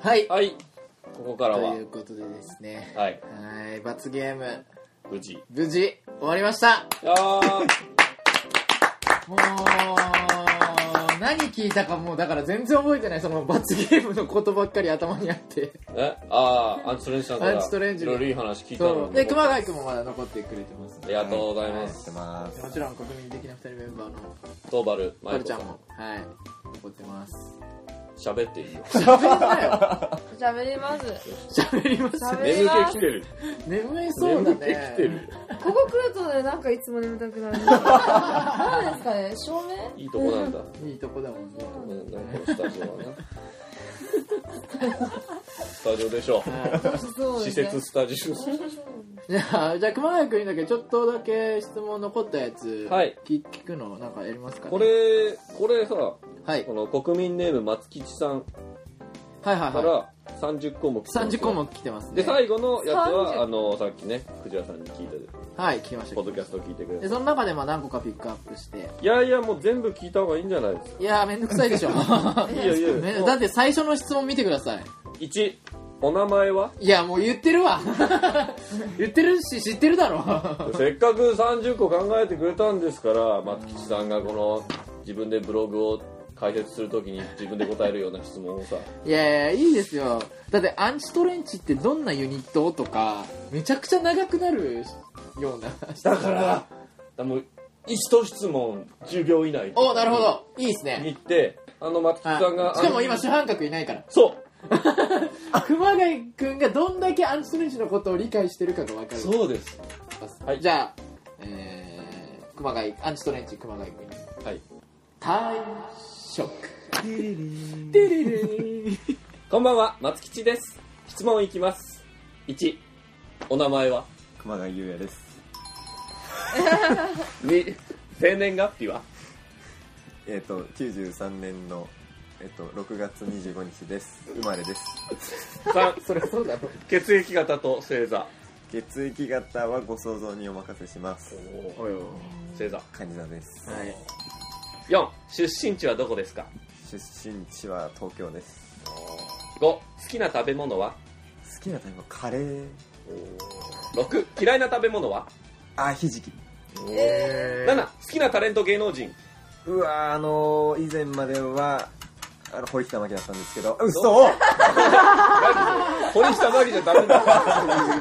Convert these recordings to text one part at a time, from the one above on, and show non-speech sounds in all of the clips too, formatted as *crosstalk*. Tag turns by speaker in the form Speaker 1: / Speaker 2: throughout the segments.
Speaker 1: はい、
Speaker 2: はいここから
Speaker 1: と
Speaker 2: は
Speaker 1: いうことでですね
Speaker 2: はい
Speaker 1: はい罰ゲーム
Speaker 2: 無事い
Speaker 1: 無事終わりました
Speaker 2: やー
Speaker 1: もう何聞いたかもうだから全然覚えてないその罰ゲームのことばっかり頭にあって
Speaker 2: えああアンチトレンジさんから
Speaker 1: アンチトレンジ
Speaker 2: いろいろいい話聞いた
Speaker 1: そ
Speaker 2: の
Speaker 1: うで熊谷君もまだ残ってくれてます
Speaker 2: ありがとうございます、
Speaker 3: てま
Speaker 1: もちろん国民的な2人メンバーの
Speaker 2: トーバル
Speaker 1: は
Speaker 2: マイ
Speaker 1: る
Speaker 2: コ
Speaker 1: ち
Speaker 2: さ
Speaker 1: ゃん
Speaker 2: ん
Speaker 1: もはい残って
Speaker 2: *laughs*
Speaker 1: ます
Speaker 2: 喋っていいよ
Speaker 1: 喋んなよ
Speaker 4: 喋ります。
Speaker 1: 喋ります
Speaker 4: 喋
Speaker 2: 眠
Speaker 4: り
Speaker 2: 気
Speaker 4: ます
Speaker 2: きて。る
Speaker 1: 眠れそうだ
Speaker 2: 眠気
Speaker 1: ね
Speaker 2: きてる
Speaker 4: ここ来るとね、なんかいつも眠たくなる。なんですかね、照明
Speaker 2: いいとこなんだ
Speaker 1: いいとこだもんね
Speaker 2: うんなんかこのスタジオ
Speaker 1: *laughs*
Speaker 2: はなスタジオでしょ
Speaker 4: そ
Speaker 2: *laughs*
Speaker 4: う
Speaker 2: 施
Speaker 4: ですね。
Speaker 2: 設スタジ
Speaker 1: じゃあ、じゃあ熊谷君にだけちょっとだけ質問残ったやつ、
Speaker 2: はい
Speaker 1: 聞聞くのなんかやりますか、ね、
Speaker 2: オこれこれさ
Speaker 1: はい、
Speaker 2: この国民ネーム松吉さん
Speaker 1: はいはい
Speaker 2: か
Speaker 1: は
Speaker 2: ら30項目
Speaker 1: い30項目来てます
Speaker 2: で
Speaker 1: ね
Speaker 2: 最後のやつは
Speaker 4: 30
Speaker 2: あのさっきねくじらさんに聞いた
Speaker 1: はい聞きました
Speaker 2: ポッドキャストを聞いてくれ
Speaker 1: で
Speaker 2: る
Speaker 1: その中でまあ何個かピックアップして
Speaker 2: いやいやもう全部聞いた方がいいんじゃないですか
Speaker 1: いやーめんどくさいでしょ
Speaker 2: *laughs* いいよいい
Speaker 1: め
Speaker 2: よ
Speaker 1: だって最初の質問見てください
Speaker 2: 1お名前はい
Speaker 1: やもう言ってるわ *laughs* 言ってるし知ってるだろ
Speaker 2: せっかく30個考えてくれたんですから松吉さんがこの自分でブログを解説するときに自分で答えるような質問をさ
Speaker 1: いやいやいいですよだってアンチトレンチってどんなユニットとかめちゃくちゃ長くなるような
Speaker 2: だからでも一質問10秒以内
Speaker 1: おなるほどいいですね
Speaker 2: に行ってあの松吉さんが
Speaker 1: しかも今主犯格いないから
Speaker 2: そ
Speaker 1: 熊谷君がどんだけアンチトレンチのことを理解してるかが分か
Speaker 2: う
Speaker 1: る
Speaker 2: そうですはい
Speaker 1: じゃあ、えー、熊谷アンチトレンチ熊谷君
Speaker 2: はい
Speaker 1: 退職デリリン
Speaker 2: こんばんは松吉です質問いきます1お名前は
Speaker 3: 熊谷優也です
Speaker 2: 2生年月日は
Speaker 3: えっ、と93年のえっ、と6月25日です生まれです
Speaker 2: 3
Speaker 1: そりゃそうだろ
Speaker 2: 血液型と星座
Speaker 3: 血液型はご想像にお任せします
Speaker 1: およ
Speaker 2: 星座
Speaker 3: 蟹座です
Speaker 1: はい
Speaker 2: 4出身地はどこですか
Speaker 3: 出身地は東京です
Speaker 2: 5好きな食べ物は
Speaker 3: 好きな食べ物カレー
Speaker 2: 6嫌いな食べ物は
Speaker 3: あひじき
Speaker 1: え
Speaker 2: 7好きなタレント芸能人
Speaker 3: うわーあのー、以前まではあの堀北真希だったんですけど嘘
Speaker 2: 堀下真希じゃダメだ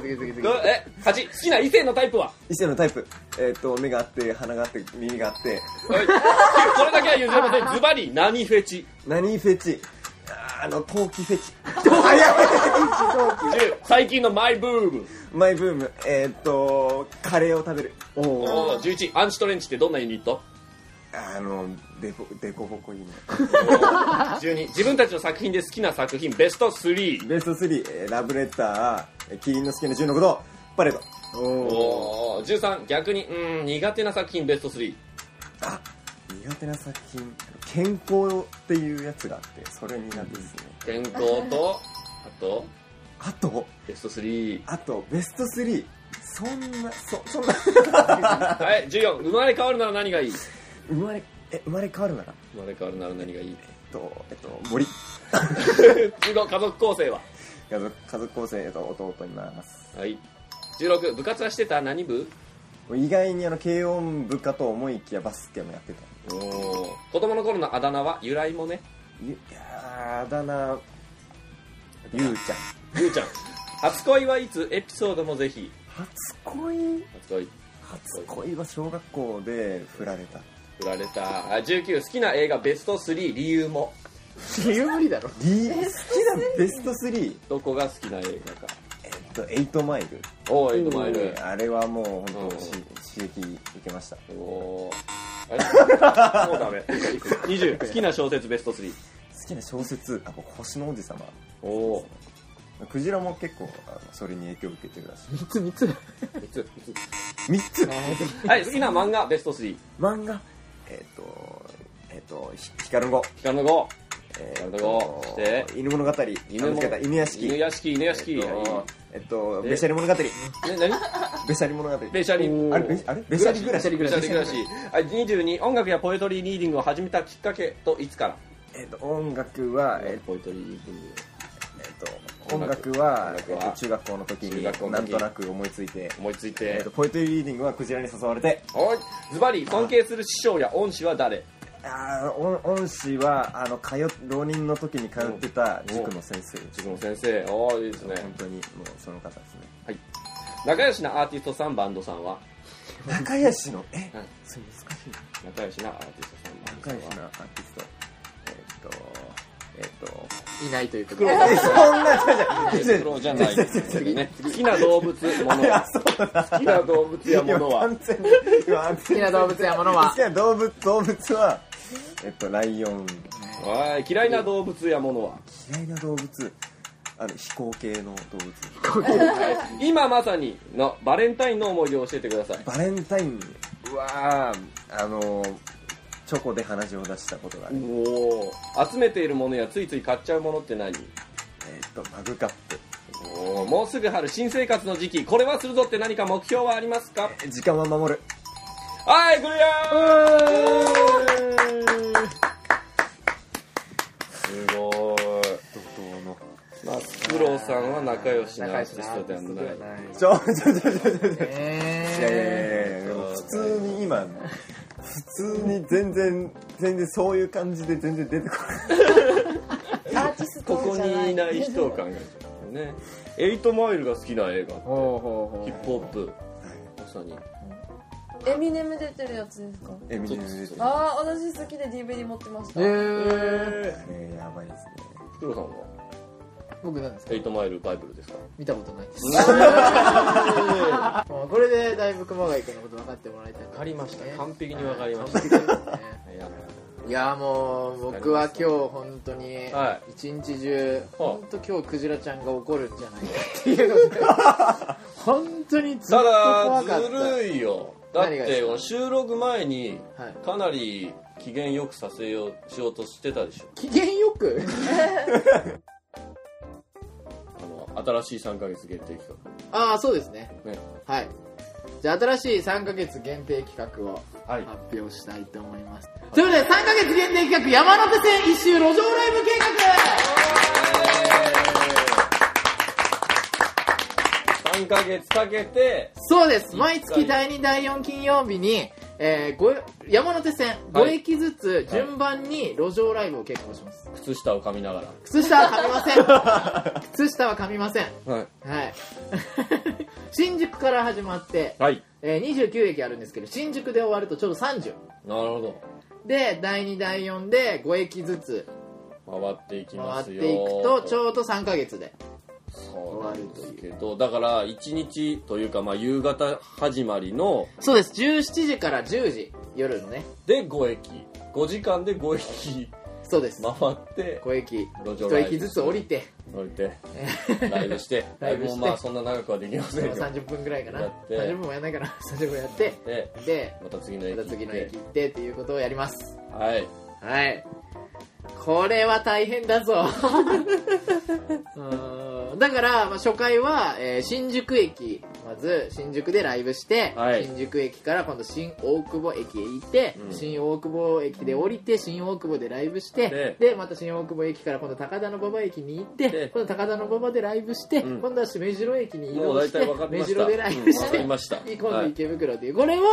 Speaker 1: 次次次次
Speaker 2: どえ8好きな異性のタイプは
Speaker 3: 一世のタイプえっ、と目があって鼻があって耳があって
Speaker 2: はいこれだけは譲れませんズバリ何フェチ
Speaker 3: 何フェチあーあの陶器フェチあやばい
Speaker 2: 10最近のマイブーム
Speaker 3: マイブームえっ、とカレーを食べるお
Speaker 2: おー11アンチトレンチってどんなユニット
Speaker 3: あのデコデコボコいいね
Speaker 2: 12自分たちの作品で好きな作品ベスト3
Speaker 3: ベスト3、えーラブレターえーキリンの好きな16度パレード
Speaker 2: お
Speaker 3: おー
Speaker 2: ー13逆にうーん苦手な作品ベスト3
Speaker 3: あ苦手な作品健康っていうやつがあってそれ苦手ですね
Speaker 2: 健康とあと
Speaker 3: あと
Speaker 2: ベスト3
Speaker 3: あとベスト3そんなそそんな *laughs*
Speaker 2: はい14生まれ変わるなら何がいい生
Speaker 3: 生まれえ生まれ変わるなら
Speaker 2: まれ変わるなら何がい *laughs* い
Speaker 3: えっと、えっと、森
Speaker 2: 15家族構成は
Speaker 3: 家族家族構成、えっと、弟います
Speaker 2: はい16部活はしてた何部
Speaker 3: 意外にあの軽音部かと思いきやバスケもやってた
Speaker 2: おー子供の頃のあだ名は由来もね
Speaker 3: ゆいやーあだ名ゆうちゃん
Speaker 2: ゆうちゃん初恋はいつエピソードもぜひ
Speaker 3: 初恋
Speaker 2: 初恋
Speaker 3: 初恋は小学校で振られた
Speaker 2: 振られたあ19好きな映画ベスト3理由も
Speaker 1: 理由無理だろ
Speaker 3: リ好きなベスト3
Speaker 2: どこが好きな映画か
Speaker 3: えっと8マイル
Speaker 2: おおエイトマイル
Speaker 3: あれはもう本当し
Speaker 2: うん
Speaker 3: 刺激受けました
Speaker 2: おおーあれもうダメ20好きな小説ベスト3
Speaker 3: 好きな小説あこれ星の王子様
Speaker 2: おお
Speaker 3: クジラも結構あのそれに影響を受けてるらし
Speaker 1: 3つ3つ
Speaker 2: ー三つ
Speaker 3: *laughs* い3つ
Speaker 2: はい好きな漫画ベスト3
Speaker 3: 漫画えっとえっとひ光の碁
Speaker 2: 光の碁
Speaker 3: え
Speaker 2: 光
Speaker 3: っ
Speaker 2: の碁そして
Speaker 3: 犬物語
Speaker 2: 犬
Speaker 3: なん
Speaker 2: も
Speaker 3: だっけ犬屋敷
Speaker 2: 犬屋敷犬屋敷
Speaker 3: えっと
Speaker 2: は
Speaker 3: えっと
Speaker 2: え
Speaker 3: べしゃり物語
Speaker 2: いね何
Speaker 3: べしゃり物語
Speaker 2: ベシャリ
Speaker 3: あれべあれべしゃり暮らし
Speaker 2: ベシャリ暮らしはい22音楽やポエトリーリーディングを始めたきっかけといつから
Speaker 3: えっと音楽はえっ
Speaker 2: ポエトリーリーディング
Speaker 3: えっ音楽は、
Speaker 2: 音楽
Speaker 3: えっ
Speaker 2: は
Speaker 3: と中学校の時
Speaker 2: 中学校
Speaker 3: に
Speaker 2: の
Speaker 3: なん
Speaker 2: 時
Speaker 3: となく思いついて、
Speaker 2: 思いつい
Speaker 3: え
Speaker 2: て
Speaker 3: っと、ポエトリーリーディングはクジラに誘われて、
Speaker 2: おいズバリ尊敬する師匠や恩師は誰
Speaker 3: あー恩恩師はあの通っ浪人の時に通ってた塾の先生です
Speaker 2: 塾の先生おーいいですね
Speaker 3: 本当にもうその方ですね
Speaker 2: 仲良しなアーティストさんバンドさんは
Speaker 3: 仲良しのえ
Speaker 2: はい
Speaker 3: それ難しいな
Speaker 2: 仲良しなアーティストさんバンド
Speaker 3: 仲
Speaker 2: さ
Speaker 3: 良
Speaker 2: ん
Speaker 3: し
Speaker 2: は
Speaker 3: なアーティストえっとえっと
Speaker 1: いないというか
Speaker 2: 黒
Speaker 3: え
Speaker 2: *laughs*
Speaker 3: そんな
Speaker 2: え
Speaker 3: じゃ
Speaker 2: ープロじゃないですね好きな動物もの好きな動物やものは
Speaker 3: 完全に今
Speaker 1: 好
Speaker 3: 完全
Speaker 1: き
Speaker 3: に
Speaker 1: な動物やもの
Speaker 3: 好
Speaker 1: は
Speaker 3: きな動物動物はえっとライオン
Speaker 2: はい嫌いな動物やものは
Speaker 3: 嫌いな動物あの飛行系の動物
Speaker 2: はい今まさにのバレンタインの思い出を教えてください
Speaker 3: バレンタインはあのチョコで鼻血を出したことがあ
Speaker 2: お
Speaker 3: る、
Speaker 2: お集めているものやついつい買っちゃうものって何
Speaker 3: えっとマグカップ
Speaker 2: おーもうすぐ春新生活の時期これはするぞって何か目標はありますか
Speaker 3: え時間は守る
Speaker 2: はいクリアすごい
Speaker 3: 怒涛の
Speaker 2: まあスクローさんは仲良しなア
Speaker 1: 仲
Speaker 2: ー
Speaker 1: 良し
Speaker 2: ティ
Speaker 1: な
Speaker 2: ス
Speaker 1: アー
Speaker 2: ト
Speaker 1: テ
Speaker 2: で
Speaker 1: ィストで
Speaker 2: はない
Speaker 1: はない
Speaker 3: ちょちょちょちょちょいやい
Speaker 1: え
Speaker 3: やいやいやでも普通に今普通に全然全然そういう感じで全然出てこない
Speaker 4: アーティス
Speaker 2: こ
Speaker 4: ト
Speaker 2: こ
Speaker 4: じゃない
Speaker 2: にいない人を考えてるんだよねエイトマイルが好きな映画
Speaker 1: ーほうほ
Speaker 2: ヒ
Speaker 1: う
Speaker 2: ップ
Speaker 1: ほ
Speaker 2: ホップまさに
Speaker 4: エミネム出てるやつですか
Speaker 3: えみんな
Speaker 2: そう
Speaker 3: 出
Speaker 2: そ
Speaker 3: て
Speaker 2: う
Speaker 3: るあ
Speaker 4: ああ私好きで DVD 持ってました
Speaker 1: うへえ
Speaker 3: れやばいですね
Speaker 2: ヒロさんは
Speaker 1: 僕なんですか
Speaker 2: エイトマイルバイブルですか
Speaker 1: 見たことないですも *laughs* うこれでだいぶ熊谷君のこと分かってもらいたい分
Speaker 2: わかりました完璧にわかりましたいや
Speaker 1: いやもう僕は今日本当に
Speaker 2: は
Speaker 1: 一日中
Speaker 2: は
Speaker 1: 本当今日クジラちゃんが怒るんじゃないかっていうの
Speaker 2: *laughs*
Speaker 1: で本当にずっと
Speaker 2: ただ
Speaker 1: 怖かっ
Speaker 2: ずるいよだっ
Speaker 1: 何がで
Speaker 2: て
Speaker 1: すか
Speaker 2: この収録前に
Speaker 1: た、はい、
Speaker 2: かなり機嫌よくさせようしようとしてたでしょ
Speaker 1: 機嫌よ
Speaker 2: *laughs*
Speaker 1: く
Speaker 2: あの新しい3ヶ月限定企
Speaker 1: ああそうですね
Speaker 2: 画ね
Speaker 1: はいじゃあ新しい3ヶ月限定企画を
Speaker 2: はい
Speaker 1: 発表したいと思います、ということで3ヶ月限定企画山手線一周路上ライブ計画
Speaker 2: 3ヶ月かけて
Speaker 1: そうです
Speaker 2: い
Speaker 1: 毎月第2第4金曜日に、えーご山手線
Speaker 2: はい
Speaker 1: 5駅ずつ順番に路上ライブを計画します、
Speaker 2: 靴下を噛みなが
Speaker 1: 靴下は噛みません *laughs* 靴下は噛みません
Speaker 2: らはい
Speaker 1: はい *laughs* 新宿から始まって、
Speaker 2: はい
Speaker 1: えー29駅あるんですけど新宿で終わるとちょうど30
Speaker 2: なるほ
Speaker 1: で第2第4で5駅ずつ
Speaker 2: ど回っていき
Speaker 1: 回
Speaker 2: ま
Speaker 1: っ
Speaker 2: す
Speaker 1: て
Speaker 2: よ
Speaker 1: いくとちょうど3ヶ月で
Speaker 2: そうなんですけどだから1日というかまあ夕方始まりの
Speaker 1: そうです17時から10時夜のね
Speaker 2: で5駅5時間で5駅
Speaker 1: そうです
Speaker 2: 回って
Speaker 1: 5駅
Speaker 2: 路上ラ
Speaker 1: 1
Speaker 2: イブ
Speaker 1: 駅ずつ降りて
Speaker 2: 降りてライ
Speaker 1: *laughs*
Speaker 2: ブして
Speaker 1: ライブして
Speaker 2: もうまあそんな長くはできませんよ
Speaker 1: 30分ぐらいかな
Speaker 2: やって
Speaker 1: 30分もやんないかな30分やって
Speaker 2: で
Speaker 1: で
Speaker 2: また次の駅
Speaker 1: ま
Speaker 2: 行ったて
Speaker 1: 次の駅行ってっていうことをやります
Speaker 2: はい
Speaker 1: はい。これは大変だぞ。
Speaker 2: *laughs*
Speaker 1: うーんだから、まあ、初回は、えー新宿駅、まず新宿でライブして、
Speaker 2: はい
Speaker 1: 新宿駅から今度新大久保駅へ行って、
Speaker 2: うん
Speaker 1: 新大久保駅で降りて、新大久保でライブして
Speaker 2: で、
Speaker 1: で、また新大久保駅から今度高田の馬場駅に行って
Speaker 2: で、
Speaker 1: 今度高田の馬場でライブして、
Speaker 2: うん
Speaker 1: 今度は目白駅に移
Speaker 2: もう
Speaker 1: 動
Speaker 2: 大
Speaker 1: して
Speaker 2: 体分か、り
Speaker 1: 目
Speaker 2: まし
Speaker 1: 白
Speaker 2: た
Speaker 1: でライブ
Speaker 2: うん
Speaker 1: し
Speaker 2: 分
Speaker 1: て、
Speaker 2: かりました
Speaker 1: *laughs* 今
Speaker 2: は
Speaker 1: 度
Speaker 2: い
Speaker 1: 池袋っていう、これを、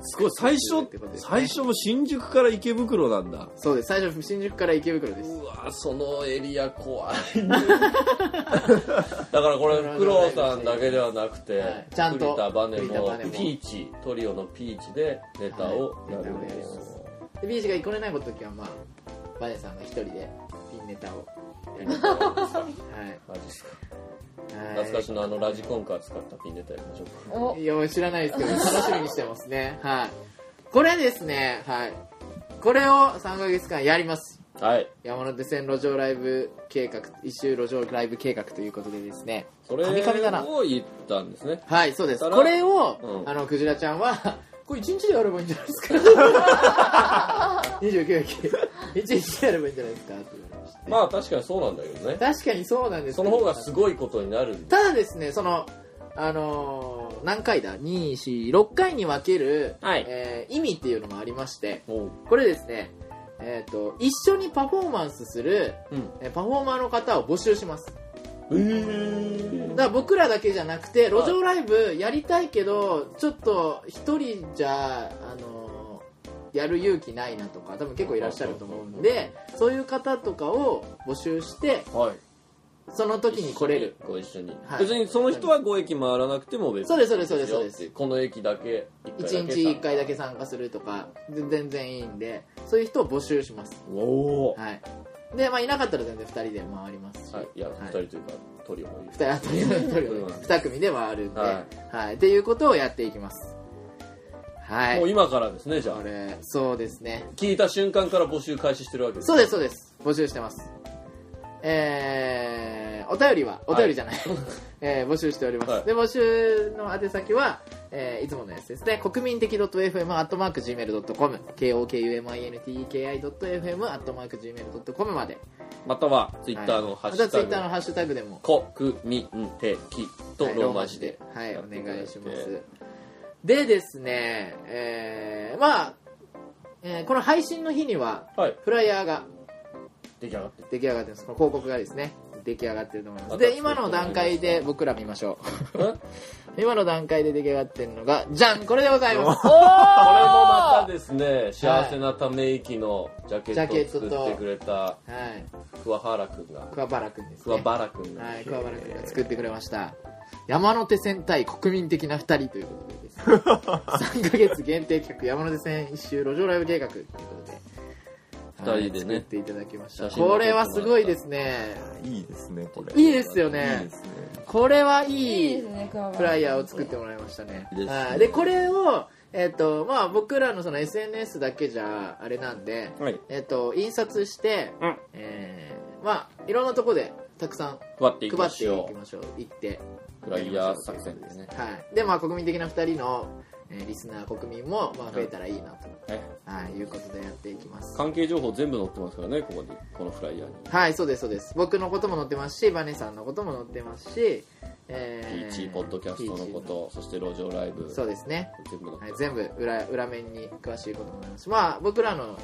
Speaker 2: すごい最
Speaker 1: 初
Speaker 2: 初最初も新宿から池袋なんだ
Speaker 1: そうです、最初新宿から池袋です。
Speaker 2: うわそのエリア怖い、
Speaker 1: *laughs*
Speaker 2: ね、だからこれフクロウさんだけではなくて、
Speaker 1: はいちゃんと
Speaker 2: 栗田バネ
Speaker 1: 栗田
Speaker 2: も
Speaker 1: バネも
Speaker 2: ピーチトリオのピーチでネタをやるんです、
Speaker 1: で B 氏が来れない時はまあバネさんが一人でピンネタをはい
Speaker 2: マジっすか
Speaker 1: はい
Speaker 2: 懐かしのあのラジコンカー使ったピンネタやりましょうか
Speaker 4: お
Speaker 1: いやもう知らないですけど楽しみにしてますねはいこれですねはいこれを3ヶ月間やります
Speaker 2: はい。
Speaker 1: 山手線路上ライブ計画一周路上ライブ計画ということでですね
Speaker 2: それ
Speaker 1: 神々だな
Speaker 2: を言ったんですね。
Speaker 1: はいそうです
Speaker 2: ただ
Speaker 1: これを、
Speaker 2: うん
Speaker 1: あのクジラちゃんはこれ1日でやればいいんじゃないですか
Speaker 2: *laughs*
Speaker 1: 29駅1日でやればいいんじゃないですかって言われました
Speaker 2: まあ確かにそうなんだけどね。
Speaker 1: 確かにそうなんです
Speaker 2: そ
Speaker 1: けど
Speaker 2: の方がすごいことになるんだ。
Speaker 1: ただですねそのあのー何回だ246回に分ける、
Speaker 2: はい
Speaker 1: えー意味っていうのもありまして
Speaker 2: おう
Speaker 1: これですねえっ、と、一緒にパフォーマンスする、
Speaker 2: うん
Speaker 1: えーパフォーマーの方を募集します。
Speaker 2: えー
Speaker 1: だから僕らだけじゃなくて、路上ライブやりたいけど、ちょっと一人じゃ、あのーやる勇気ないなとか、多分結構いらっしゃると思うんで、そういう方とかを募集して、
Speaker 2: はい
Speaker 1: その時に来れる。
Speaker 2: ご一緒に、
Speaker 1: はい
Speaker 2: 別にその人は5駅回らなくても別に
Speaker 1: そうですそうですそうですそうです
Speaker 2: いいよってこの駅だけ
Speaker 1: 1日1回だけ参加するとか、全然いいんで、そういう人を募集します。
Speaker 2: おおー
Speaker 1: はい。で、まあ、いなかったら全然2人で回りますし。
Speaker 2: はいいや2人というかトリオもいる
Speaker 1: 二人あと2組で回るんで、は
Speaker 2: はい
Speaker 1: っていうことをやっていきますはい
Speaker 2: もう今からですねじゃ
Speaker 1: こ
Speaker 2: あ
Speaker 1: れそうですね
Speaker 2: 聞いた瞬間から募集開始してるわけです
Speaker 1: そうですそうです募集してますえー、お便りはお便りじゃない、えー募集しております、
Speaker 2: はい
Speaker 1: で募集の宛先は、えーいつものやつですね国民的 .fm.gmail.com kokuminetki.fm.gmail.com まで
Speaker 2: またはツイッターのハッシュタ
Speaker 1: またツイッターの
Speaker 2: グ
Speaker 1: ハッシュタグでも
Speaker 2: 「こくみんてき」と
Speaker 1: はい
Speaker 2: ローマ字で
Speaker 1: はい
Speaker 2: や
Speaker 1: お
Speaker 2: ってただ
Speaker 1: 願いしま
Speaker 2: い
Speaker 1: す
Speaker 2: て
Speaker 1: でですねえー、まあ、えーこの配信の日には
Speaker 2: はい
Speaker 1: フライヤーが
Speaker 2: 出来上がって
Speaker 1: 出来上がってますこの広告がですね出来上がってると思いま
Speaker 2: ますた
Speaker 1: で今の段階で僕ら見ましょ
Speaker 2: る
Speaker 1: う *laughs* 今の段階で出来上がってるのがじゃんこれでございます
Speaker 2: これもまたですね幸せなため息のジャケットを
Speaker 1: ジャケットと
Speaker 2: 作ってくれた
Speaker 1: はい
Speaker 2: 桑原くんが
Speaker 1: 桑原くんです、ね、
Speaker 2: 桑原くんが
Speaker 1: はい桑原くんが作ってくれました山手線対国民的な2人ということでです
Speaker 2: *laughs*
Speaker 1: ね3ヶ月限定企画山手線一周路上ライブ計画ということではい
Speaker 2: 二人で
Speaker 1: 作
Speaker 2: ね
Speaker 1: っていただきました
Speaker 2: 写真も撮
Speaker 1: こ
Speaker 2: っても
Speaker 1: れ
Speaker 2: らっ
Speaker 1: は
Speaker 2: た
Speaker 1: すごいですね
Speaker 3: いいですね、これ。
Speaker 1: いいですよ
Speaker 3: いい
Speaker 1: ね
Speaker 3: ですね。
Speaker 1: これはい
Speaker 4: い
Speaker 1: い
Speaker 4: ですね、クワ
Speaker 1: フライヤーを作ってもらいましたね。
Speaker 2: ですね
Speaker 1: はいでこれを、えっとまあ、僕らのその SNS だけじゃあれなんで、
Speaker 2: はい
Speaker 1: えっと印刷して、
Speaker 2: うん
Speaker 1: えーまあ、いろんなとこでたくさん
Speaker 2: 配っていき
Speaker 1: 配
Speaker 2: ま
Speaker 1: って
Speaker 2: し
Speaker 1: い
Speaker 2: ょ
Speaker 1: きましょう行って
Speaker 2: うフライヤー作戦ですね
Speaker 1: はいでまあ国民的な2人の、えーリスナー国民も、まあ、増えたらいいなと、
Speaker 2: はい
Speaker 1: はい、いうことでやっていきます
Speaker 2: 関係情報全部載ってますからねここにこのフライヤーに
Speaker 1: はいそうですそうです僕のことも載ってますしバネさんのことも載ってますし
Speaker 2: ピ
Speaker 1: え
Speaker 2: ーチポッドキャストのこ
Speaker 1: Peach の
Speaker 2: とそして路上ライブ
Speaker 1: そうですね、
Speaker 2: 全部載って
Speaker 1: はい
Speaker 2: ま、す
Speaker 1: 全部裏裏面に詳しいこともありますまあ僕らの、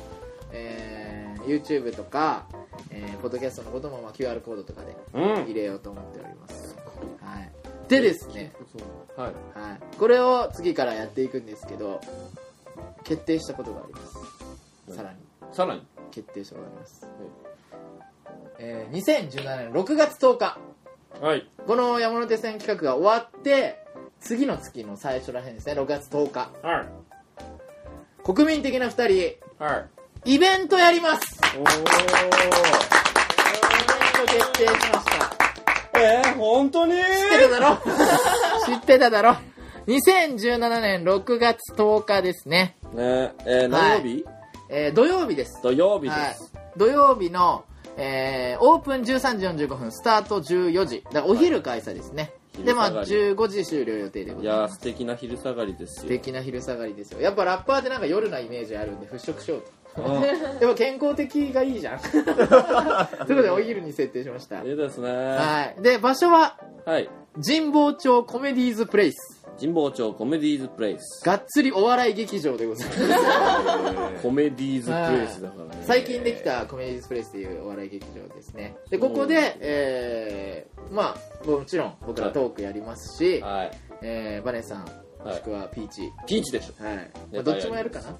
Speaker 1: えー YouTube とか、えーポッドキャストのことも、まあ、QR コードとかで
Speaker 2: うん
Speaker 1: 入れようと思っております、はい、でですね、
Speaker 2: はい
Speaker 1: はい、これを次からやっていくんですけど決定したことがあります、
Speaker 2: うん
Speaker 1: さらに
Speaker 2: さらに
Speaker 1: 決定したことがあります、えー2017年6月10日
Speaker 2: はい
Speaker 1: この山手線企画が終わって次の月の最初らへんですね6月10日
Speaker 2: はい
Speaker 1: 国民的な2人
Speaker 2: はい
Speaker 1: イベントやります
Speaker 2: お
Speaker 1: イベント決定しました
Speaker 2: おえー、本当に
Speaker 1: 知ってただろ *laughs* 知ってただろ2017年6月10日ですね、
Speaker 2: ねえー、何曜日、
Speaker 1: えー土曜日です
Speaker 2: 土曜日です、
Speaker 1: はい、土曜日の、えーオープン13時45分スタート14時だからお昼開催ですね、
Speaker 2: はい
Speaker 1: でまあ
Speaker 2: 昼下
Speaker 1: 15
Speaker 2: が
Speaker 1: 時終了予定でご
Speaker 2: い
Speaker 1: ざい
Speaker 2: や
Speaker 1: ま
Speaker 2: ー
Speaker 1: す
Speaker 2: 素敵な昼下がりです
Speaker 1: 素
Speaker 2: よ
Speaker 1: 敵な昼下がりですよやっぱラッパーってなんか夜なイメージあるんで払拭しよう
Speaker 2: うん
Speaker 1: と *laughs* でも健康的がいいじ
Speaker 2: *laughs*
Speaker 1: ゃんということでお昼に設定しました
Speaker 2: いいですねは、
Speaker 1: はいで場所はい神保町コメディーズプレイス
Speaker 2: 神保町コメディーズプレイス
Speaker 1: がっつりお笑い劇場でございます *laughs*
Speaker 2: コメディーズプレイスだからね、
Speaker 1: 最近できたコメディースプレイスというお笑い劇場ですねでここで、えーまあもちろん僕らトークやりますし、
Speaker 2: はい
Speaker 1: えーバネさん
Speaker 2: い
Speaker 1: もしくはピーチ、
Speaker 2: ピンチでしょ
Speaker 1: はいまあ、
Speaker 2: ネタやります
Speaker 1: どっちもやるか
Speaker 2: *laughs*
Speaker 1: なネ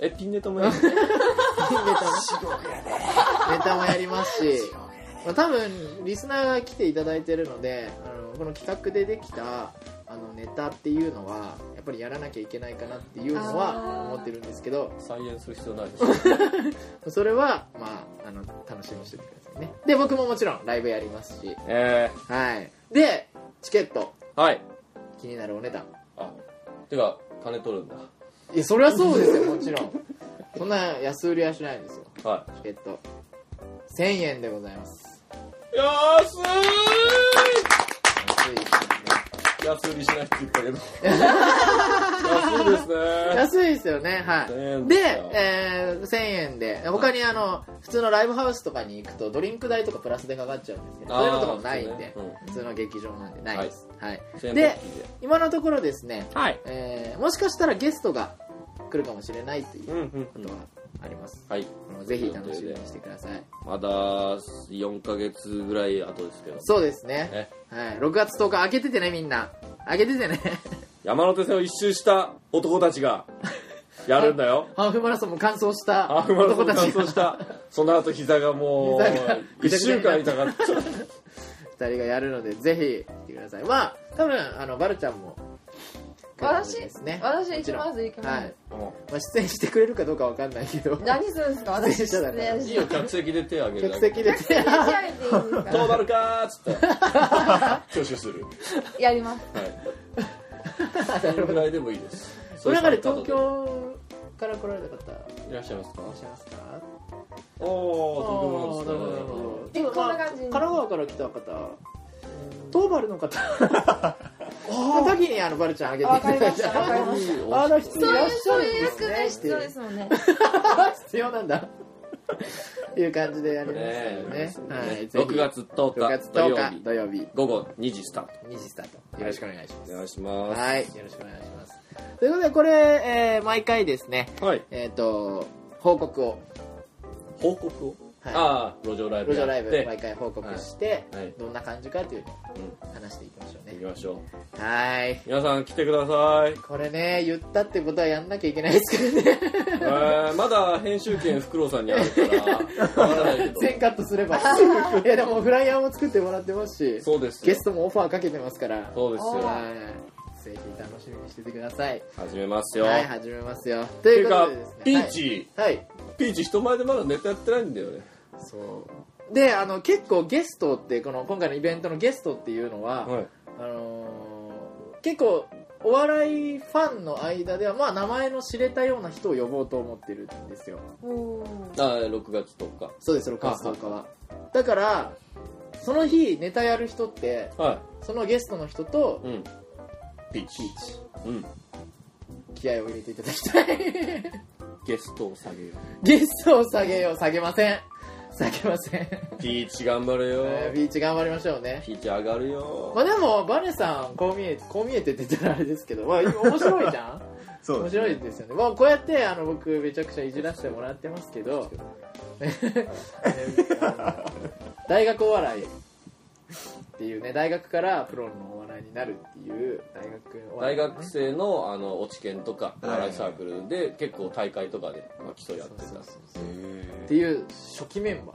Speaker 2: えピンネタもや *laughs* る
Speaker 1: タネタもやりますし、まあ、多分リスナーが来ていただいてるのであのこの企画でできたあのネタっていうのはやっぱりやらなきゃいけないかなっていうのは
Speaker 4: あー
Speaker 1: 思ってるんですけど
Speaker 2: 再演する必要ないでしょ
Speaker 1: それは、まあ、あの楽しみにしててくださいねで僕ももちろんライブやりますし
Speaker 2: え
Speaker 1: はいでチケット
Speaker 2: ー、はい
Speaker 1: 気になるお値段
Speaker 2: あてか金取るんだ
Speaker 1: いやそりゃそうですよもちろん *laughs* そんな安売りはしないんですよ
Speaker 2: は
Speaker 1: チケット1000円でございます
Speaker 2: い安
Speaker 1: 安いです
Speaker 2: い安売りしないって言ったけ *laughs* ど安いです
Speaker 1: ね
Speaker 2: ね
Speaker 1: 安いですよねは
Speaker 2: 1000
Speaker 1: い
Speaker 2: 円
Speaker 1: で
Speaker 2: ですよ、
Speaker 1: えー1000円で他にあの普通のライブハウスとかに行くとドリンク代とかプラスでかかっちゃうんですけど
Speaker 2: あ
Speaker 1: そ
Speaker 2: ー
Speaker 1: ういうのとかもないんで、
Speaker 2: そうね
Speaker 1: 普通の劇場なんでないです、はい
Speaker 2: 戦闘機
Speaker 1: で今のところですね
Speaker 2: はい
Speaker 1: えーもしかしたらゲストが来るかもしれないという
Speaker 2: うんうん
Speaker 1: ことはあります
Speaker 2: はい
Speaker 1: もうぜひ楽しみにしてください
Speaker 2: まだ4ヶ月ぐらい後ですけど
Speaker 1: そうですね
Speaker 2: ね
Speaker 1: はい、6月10日開けててねみんな開けて *laughs* てね
Speaker 2: 山手線を一周した男たち *laughs* がやるんだよ
Speaker 1: ハーフマラソンも完走した
Speaker 2: あ馬の
Speaker 1: 男
Speaker 2: 完
Speaker 1: たちが
Speaker 2: 走したその後膝がもう
Speaker 1: 膝がぐちゃぐ
Speaker 2: 1
Speaker 1: ちゃ
Speaker 2: 週
Speaker 1: にな
Speaker 2: 間
Speaker 1: っ
Speaker 2: 痛かった
Speaker 1: 2人がやるのでぜひ来てくださいまあ多分あのバルちゃんも
Speaker 4: 私
Speaker 1: ですね
Speaker 4: 私
Speaker 1: もちろん
Speaker 4: 行きます行きます
Speaker 1: はい
Speaker 2: も
Speaker 1: まあ、出演してくれるかどうかわかんないけど
Speaker 4: 何するんですか私
Speaker 1: 出演者だから
Speaker 2: ういいよ客席で手を挙げる
Speaker 1: 客
Speaker 2: だけ
Speaker 1: *laughs* 席で
Speaker 4: 出演者やっていいんです
Speaker 2: ど
Speaker 4: か
Speaker 2: うなるかーっつ *laughs* って挙手する
Speaker 4: *laughs* やります
Speaker 2: はいそのぐらいでもいいです
Speaker 1: その中で東京から来られた方い
Speaker 2: いらっしゃいますから
Speaker 1: っしゃいますか
Speaker 2: おお
Speaker 1: あーなるほどなるほど
Speaker 4: えこんな感じ
Speaker 1: 神奈川から来た方東原の方の時にあのバルちゃんあげて
Speaker 4: わかりましたわかりまし
Speaker 1: あの人い
Speaker 4: そう
Speaker 1: らっ
Speaker 4: いう
Speaker 1: しゃ
Speaker 4: そう
Speaker 1: る
Speaker 4: い
Speaker 1: ん
Speaker 4: う
Speaker 1: で
Speaker 4: 役目
Speaker 1: すね
Speaker 4: 必要
Speaker 1: って
Speaker 4: ですもんね
Speaker 1: 必要なんだっていう感じでやりますよね
Speaker 2: ね
Speaker 1: はい、ぜひ
Speaker 2: 6月10
Speaker 1: 6
Speaker 2: 日
Speaker 1: 月
Speaker 2: 土曜
Speaker 1: 10日
Speaker 2: 日
Speaker 1: 土曜日
Speaker 2: 午後2時スター
Speaker 1: 2時スタートよろしくお願いします
Speaker 2: トお願いします
Speaker 1: はいよろしくお願いしますということでこれ、えー毎回ですね
Speaker 2: はい
Speaker 1: えっ、と報告を
Speaker 2: 報告を
Speaker 1: はい
Speaker 2: ああ路上ライブ
Speaker 1: 路上ラ
Speaker 2: や
Speaker 1: イ
Speaker 2: っ
Speaker 1: ブ
Speaker 2: て
Speaker 1: 毎回報告して、
Speaker 2: はいはい
Speaker 1: どんな感じかというのを
Speaker 2: うん
Speaker 1: 話していきましょうね
Speaker 2: 行きましょう
Speaker 1: はい
Speaker 2: 皆さん来てくだ
Speaker 1: *laughs*
Speaker 2: さい
Speaker 1: これね言ったってことはやんなきゃいけないですけどね
Speaker 2: え *laughs* ーまだ編集権フクロウさんにあるからわからない
Speaker 1: *laughs*
Speaker 2: けど
Speaker 1: 全カットすればいやでもフライヤーも作ってもらってますし
Speaker 2: そうです
Speaker 1: ゲ
Speaker 2: よ
Speaker 1: ストもオファーかけてますから
Speaker 2: そうですよ
Speaker 1: はいぜひ楽しみにしててください
Speaker 2: 始めますよ
Speaker 1: はい
Speaker 2: っ
Speaker 1: 始めますよと
Speaker 2: て
Speaker 1: い
Speaker 2: いうう
Speaker 1: こ
Speaker 2: か
Speaker 1: とでですね
Speaker 2: ピーチ
Speaker 1: はい、はい
Speaker 2: ピーチ人前でまだネタやってないんだよね
Speaker 1: そうであの結構ゲストってこの今回のイベントのゲストっていうのは、
Speaker 2: はい
Speaker 1: あのー結構お笑いファンの間ではまあ名前の知れたような人を呼ぼうと思ってるんですよ
Speaker 4: おー
Speaker 2: あー6月10日
Speaker 1: そうです6月10日はだからその日ネタやる人って
Speaker 2: は
Speaker 1: そのゲストの人と
Speaker 2: いうんピーチ
Speaker 1: ピーチ
Speaker 2: うん
Speaker 1: 気合を入れていただきたい *laughs*
Speaker 2: ゲストを下げよ
Speaker 1: ゲストを下げよう下げません *laughs* 下げません、
Speaker 2: うピーチ頑張れよ
Speaker 1: えービーチ頑張りましょうね
Speaker 2: ピーチ上がるよ
Speaker 1: まあでもバネさんこう見えこう見えてって言ったらあれですけど、まあ、面白いじゃん
Speaker 3: そう
Speaker 1: 面
Speaker 3: ですね
Speaker 1: 白いですよね、まあ、こうやってあの僕めちゃくちゃいじらせてもらってますけど *laughs* ねあの大学お笑いっていうね大学からプロのお笑いになるっていう大学お笑
Speaker 2: 大
Speaker 1: い
Speaker 2: 学生のあの落ち研とか
Speaker 3: はい
Speaker 2: 笑いサークルで結構大会とかで、まあ、競い合って
Speaker 1: そうそう
Speaker 2: た
Speaker 1: そうっ
Speaker 3: へ
Speaker 1: ていう初期メンバ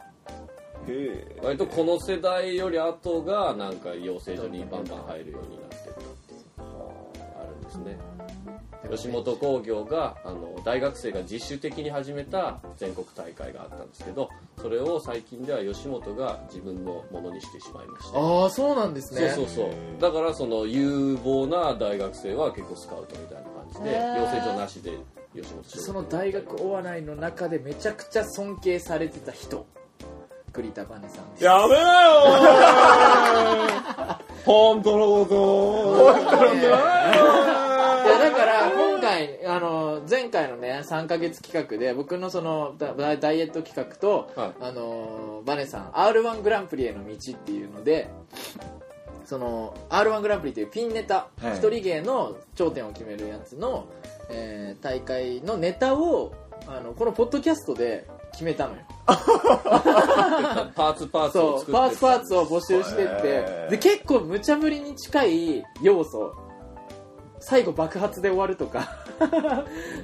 Speaker 3: えへえ
Speaker 2: 割とこの世代より後がなんか養成所にバンバン入るようになってたっていうあるんですね
Speaker 1: ー
Speaker 2: 吉本興業があの大学生が自主的に始めた全国大会があったんですけどそれを最近では吉本が自分のものにしてしまいました
Speaker 1: ああそうなんですね
Speaker 2: そうそうそうだからその有望な大学生は結構スカウトみたいな感じで
Speaker 4: へー
Speaker 2: 養成所なしで吉本
Speaker 1: その大学お笑いの中でめちゃくちゃ尊敬されてた人栗田バネさんです
Speaker 2: やめなよ
Speaker 3: 本当のこと
Speaker 1: いやだから今回あの前回のね3ヶ月企画で僕のそのダダダイエット企画と、
Speaker 2: はい
Speaker 1: あのバネさん r 1グランプリへの道っていうのでその r 1グランプリというピンネタ、
Speaker 3: はい
Speaker 1: 一人芸の頂点を決めるやつの、えー大会のネタをあのこのポッドキャストで決めたのよ
Speaker 2: *laughs* パーツパーツ
Speaker 1: そ
Speaker 2: を作っ
Speaker 1: う
Speaker 2: て
Speaker 1: パーツパーツを募集してって
Speaker 3: へー
Speaker 1: で結構無茶ぶりに近い要素最後爆発で終わるとか *laughs*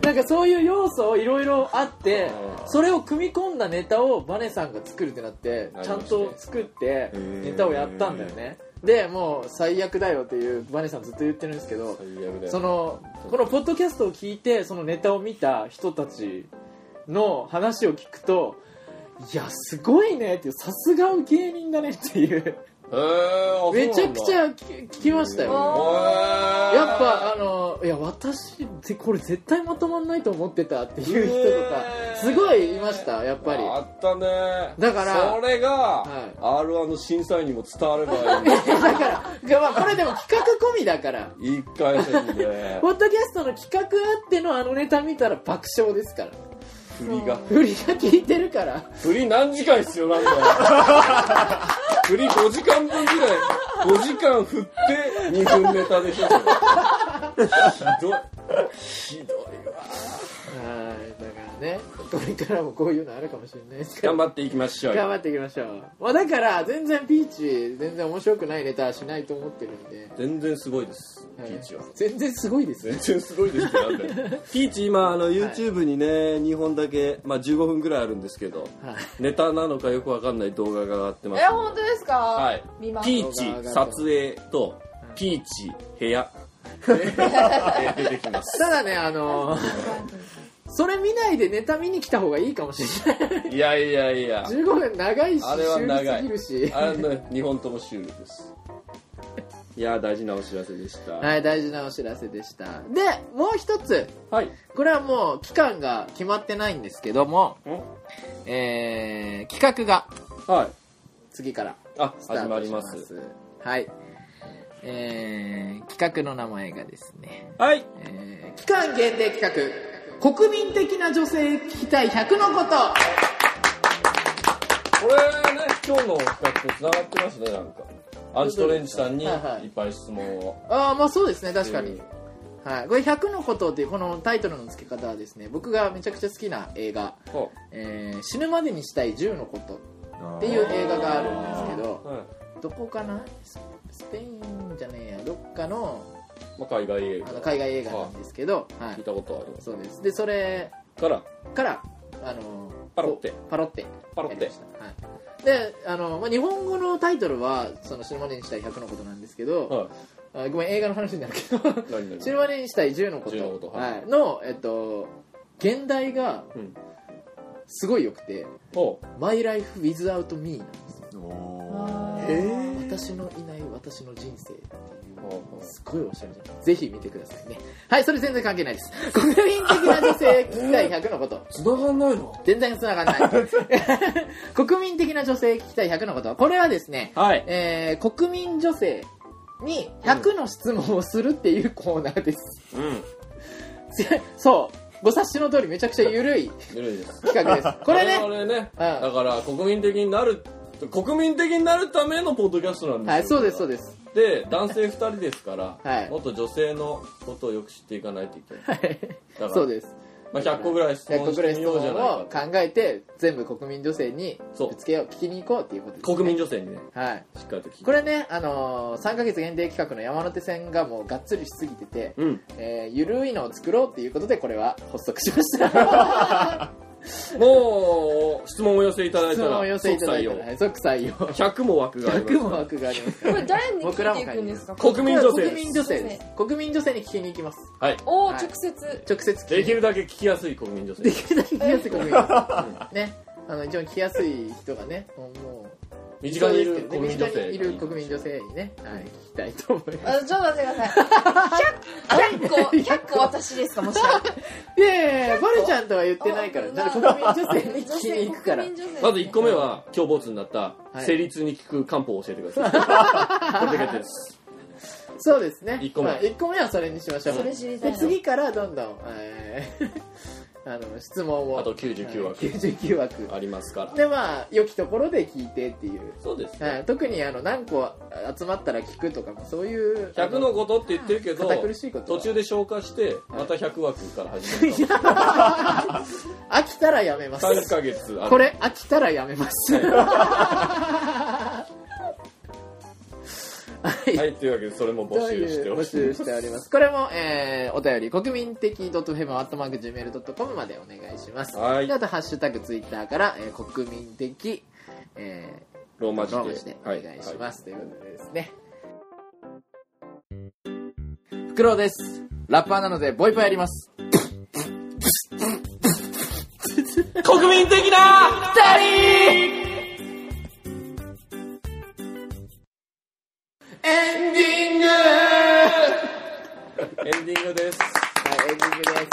Speaker 1: なんかそういう要素をいろいろあって
Speaker 2: あー
Speaker 1: それを組み込んだネタをバネさんが作るってなって
Speaker 2: なりま
Speaker 1: ち
Speaker 2: した
Speaker 1: ゃ
Speaker 2: ね
Speaker 1: んと作って
Speaker 3: ー
Speaker 1: ネタをやったんだよねでもう最悪だよっていうバネさんずっと言ってるんですけど
Speaker 2: 最悪だよ
Speaker 1: そのこのポッドキャストを聞いてそのネタを見た人たちの話を聞くといやすごいねっていうさすが芸人だねっていう
Speaker 2: へーあ
Speaker 1: めちゃくち
Speaker 2: そうなんだ
Speaker 1: ゃ聞き聞きました
Speaker 4: う
Speaker 1: よ
Speaker 4: わ
Speaker 2: へー
Speaker 1: やっぱあのいや私ってこれ絶対まとまんないと思ってたっていう人とか
Speaker 2: へー
Speaker 1: すごいいましたやっぱり
Speaker 2: あったね
Speaker 1: だから
Speaker 2: それが、
Speaker 1: はい
Speaker 2: r 1の審査員にも伝わればいい
Speaker 1: だからまあこれでも企画込みだから *laughs*
Speaker 2: 一回戦で
Speaker 1: ポッドキャストの企画あってのあのネタ見たら爆笑ですから
Speaker 2: 振りが
Speaker 1: 振りが効いてるから
Speaker 2: 振り何時間必
Speaker 1: *laughs*
Speaker 2: 要なんだよ振り5時間分ぐらい5時間振って2分ネタでしょそれひどいひどいわ
Speaker 1: はいだからねこれからもこういうのあるかもしれないですから
Speaker 2: 頑張っていきましょう
Speaker 1: 頑
Speaker 2: よ
Speaker 1: 張っていきましょう、まあ、だから全然ピーチ全然面白くないネタはしないと思ってるんで
Speaker 2: 全然すごいです
Speaker 1: はい
Speaker 2: ピーチは
Speaker 1: 全然すごいですね
Speaker 2: 全然すごいですってなんだ
Speaker 1: *laughs*
Speaker 2: よ
Speaker 3: ピーチ今あの YouTube にね、2本だけ、まあ、15分ぐらいあるんですけど
Speaker 1: はい
Speaker 2: ネタなのかよくわかんない動画が上がってます
Speaker 4: え、本当ですか
Speaker 2: はい
Speaker 4: 見ます。
Speaker 2: ピーチ撮影とピーチ部屋出てきます
Speaker 1: ただねあのそれ見ないでネタ見に来た方がいいかもしれない
Speaker 2: いやいやいや
Speaker 1: 15分長いし
Speaker 2: あれは長い
Speaker 1: 終了すぎるし
Speaker 2: あの2本ともシュー
Speaker 1: *laughs*
Speaker 2: ルですいや大事なお知らせでした
Speaker 1: はい大事なお知らせでしたでもう一つ
Speaker 2: はい
Speaker 1: これはもう期間が決まってないんですけども、えー、企画が
Speaker 2: はい
Speaker 1: 次から
Speaker 2: あ
Speaker 1: スタ
Speaker 2: 始
Speaker 1: ー
Speaker 2: ま
Speaker 1: ト
Speaker 2: り
Speaker 1: し
Speaker 2: ま
Speaker 1: ますすはい、えー、企画の名前がですね、
Speaker 2: はい
Speaker 1: えー、期間限定企画国民的な女性聞きたい100のこと
Speaker 2: これね今日の企画とつながってますねなんかアンチトレンジさんにい
Speaker 1: はいはい
Speaker 2: っぱい質問を
Speaker 1: ああまあそうですね確か
Speaker 2: う
Speaker 1: に
Speaker 2: ん、
Speaker 1: はい、これ「100のこと」っていうこのタイトルの付け方はですね僕がめちゃくちゃ好きな映画
Speaker 2: そ
Speaker 1: 「えー死ぬまでにしたい10のこと」っていう映画があるんですけ
Speaker 2: う、
Speaker 1: ど
Speaker 2: はい
Speaker 1: どこかなススペインじゃねえやどっかの
Speaker 2: まあ、海外映画
Speaker 1: あの海外映画なんですけど、は
Speaker 2: 聞い
Speaker 1: い、
Speaker 2: たことあります
Speaker 1: そうですでそれ
Speaker 2: から
Speaker 1: からあの
Speaker 2: パロッテ
Speaker 1: パロッテ
Speaker 2: パロッテ
Speaker 1: やりましたはい、であの、まあ、日本語のタイトルは「その死ぬまでにしたい100のこと」なんですけど、
Speaker 2: は
Speaker 1: あごめん映画の話になるけど
Speaker 2: *laughs* い何々
Speaker 1: 死ぬまでにしたい10のこと
Speaker 2: 10のこと
Speaker 1: は
Speaker 2: はいい
Speaker 1: の、えっと、現代が
Speaker 2: うん
Speaker 1: すごい良くて
Speaker 2: お
Speaker 1: 「My Life Without Me」なんですよ
Speaker 4: あー
Speaker 1: 私のいない私の人生っていう
Speaker 2: お
Speaker 1: すごいおしゃれじゃんぜひ見てくださいねはいそれ全然関係
Speaker 2: *laughs*
Speaker 1: ないです国民的な女性聞きたい100のこと
Speaker 2: つながんないの
Speaker 1: 全然つながんない *laughs* 国民的な女性聞きたい100のことこれはですね、
Speaker 2: はい
Speaker 1: えー国民女性に100の質問をするっていうコーナーです、 *laughs*
Speaker 2: うん
Speaker 1: そうご察しの通りめちゃくちゃ緩い
Speaker 2: ゆるいです
Speaker 1: 企画
Speaker 2: *laughs*
Speaker 1: ですこれ
Speaker 2: こ
Speaker 1: ね
Speaker 2: れねだから国民的になる国民的になるためのポッドキャストなんですよ
Speaker 1: はいそうですそう
Speaker 2: で
Speaker 1: です
Speaker 2: すで男性2人ですから、
Speaker 1: はい
Speaker 2: もっと女性のことをよく知っていかないといけない、
Speaker 1: はい
Speaker 2: から
Speaker 1: そうです
Speaker 2: まあ、100個ぐらい質
Speaker 1: 100個
Speaker 2: 問し
Speaker 1: ぐら
Speaker 2: て
Speaker 1: い質
Speaker 2: み
Speaker 1: 問
Speaker 2: ようじゃない
Speaker 1: を
Speaker 2: か
Speaker 1: 考えて全部国民女性に
Speaker 2: そう
Speaker 1: ぶつけよう聞きに行こうっていうことです、
Speaker 2: と
Speaker 1: ね、
Speaker 2: 国民女性にね
Speaker 1: はい
Speaker 2: しっかりと聞いて
Speaker 1: これね、あのー、3ヶ月限定企画の山手線がもうがっつりしすぎてて、
Speaker 2: うん
Speaker 1: えーゆるいのを作ろうっていうことでこれは発足しました
Speaker 2: もう質問をお寄せいただい
Speaker 1: 質
Speaker 2: た
Speaker 1: 問を
Speaker 2: ら
Speaker 1: 寄せいただいた
Speaker 2: 即
Speaker 1: ら
Speaker 2: 採
Speaker 1: はい即採用
Speaker 2: 用100も枠があります
Speaker 1: 100も枠がありますか
Speaker 4: こ
Speaker 1: ら
Speaker 4: れ誰に聞いていくんですか
Speaker 2: 僕らも書いて国民
Speaker 1: 国民女
Speaker 2: 女性です
Speaker 1: 性です国民女性に聞きに行きます
Speaker 2: はい
Speaker 4: おー、
Speaker 1: はい
Speaker 4: 直接。
Speaker 1: 直接聞きに
Speaker 2: できるだけ聞きやすい国民女性
Speaker 1: できるだけ聞きやすい国民女性ねあの一応聞きやすい人がねもうもう
Speaker 2: 身近にいる
Speaker 1: そうですけどね
Speaker 2: 国民女性
Speaker 1: 身近にいる国民女性にね、はい、聞きたいと思います
Speaker 4: あちょっと待ってください。100個、100個私ですかもしかして。
Speaker 1: いやいやいやバルちゃんとは言ってないから
Speaker 4: あ
Speaker 1: だ
Speaker 4: 本
Speaker 1: か
Speaker 4: 当
Speaker 1: ら
Speaker 4: だ
Speaker 1: 国民女性に聞きに行くから
Speaker 4: 国民女性
Speaker 2: まず1個目は今日ボツになった成立に効く漢方を教えてく
Speaker 1: *laughs*
Speaker 2: ださいこれだけです
Speaker 1: そうですね
Speaker 2: 一個目
Speaker 1: まあ、一個目はそれにしましょう
Speaker 4: それ知りたい
Speaker 1: で
Speaker 4: な
Speaker 1: 次からどんどん、えー *laughs* あの質問を
Speaker 2: あと99
Speaker 1: はい
Speaker 2: 枠
Speaker 1: 99枠
Speaker 2: ありますから
Speaker 1: でまあ良きところで聞いてっていう、
Speaker 2: そうですね
Speaker 1: はい、特にあの何個集まったら聞くとかもそういう
Speaker 2: 100のことって言ってるけど
Speaker 1: 堅苦しいこと
Speaker 2: 途
Speaker 1: は
Speaker 2: 中で消化してまた100枠から始めるかも
Speaker 1: 飽きたらやめます
Speaker 2: 3ヶ月ある
Speaker 1: これ飽きたらやめますはい
Speaker 2: はいというわけでそれも募
Speaker 1: とい
Speaker 2: 集して
Speaker 1: う
Speaker 2: お
Speaker 1: 募
Speaker 2: り
Speaker 1: 集
Speaker 2: ま
Speaker 1: し
Speaker 2: す
Speaker 1: ております。これも、えー、お便り、国民的 .fm.gmail.com までお願いします。
Speaker 2: はい
Speaker 1: であと、ハッシュタグツイッターから、えー、国民的、え
Speaker 2: ロー
Speaker 1: ー、
Speaker 2: マ字で
Speaker 1: ローマ字でお願いし
Speaker 2: は
Speaker 1: ます。ということでですね。フクロウです。ラッパーなので、ボイパやります。
Speaker 2: い国民的な
Speaker 1: エンディングは
Speaker 2: エンディングです
Speaker 1: い、エンディングで
Speaker 2: あ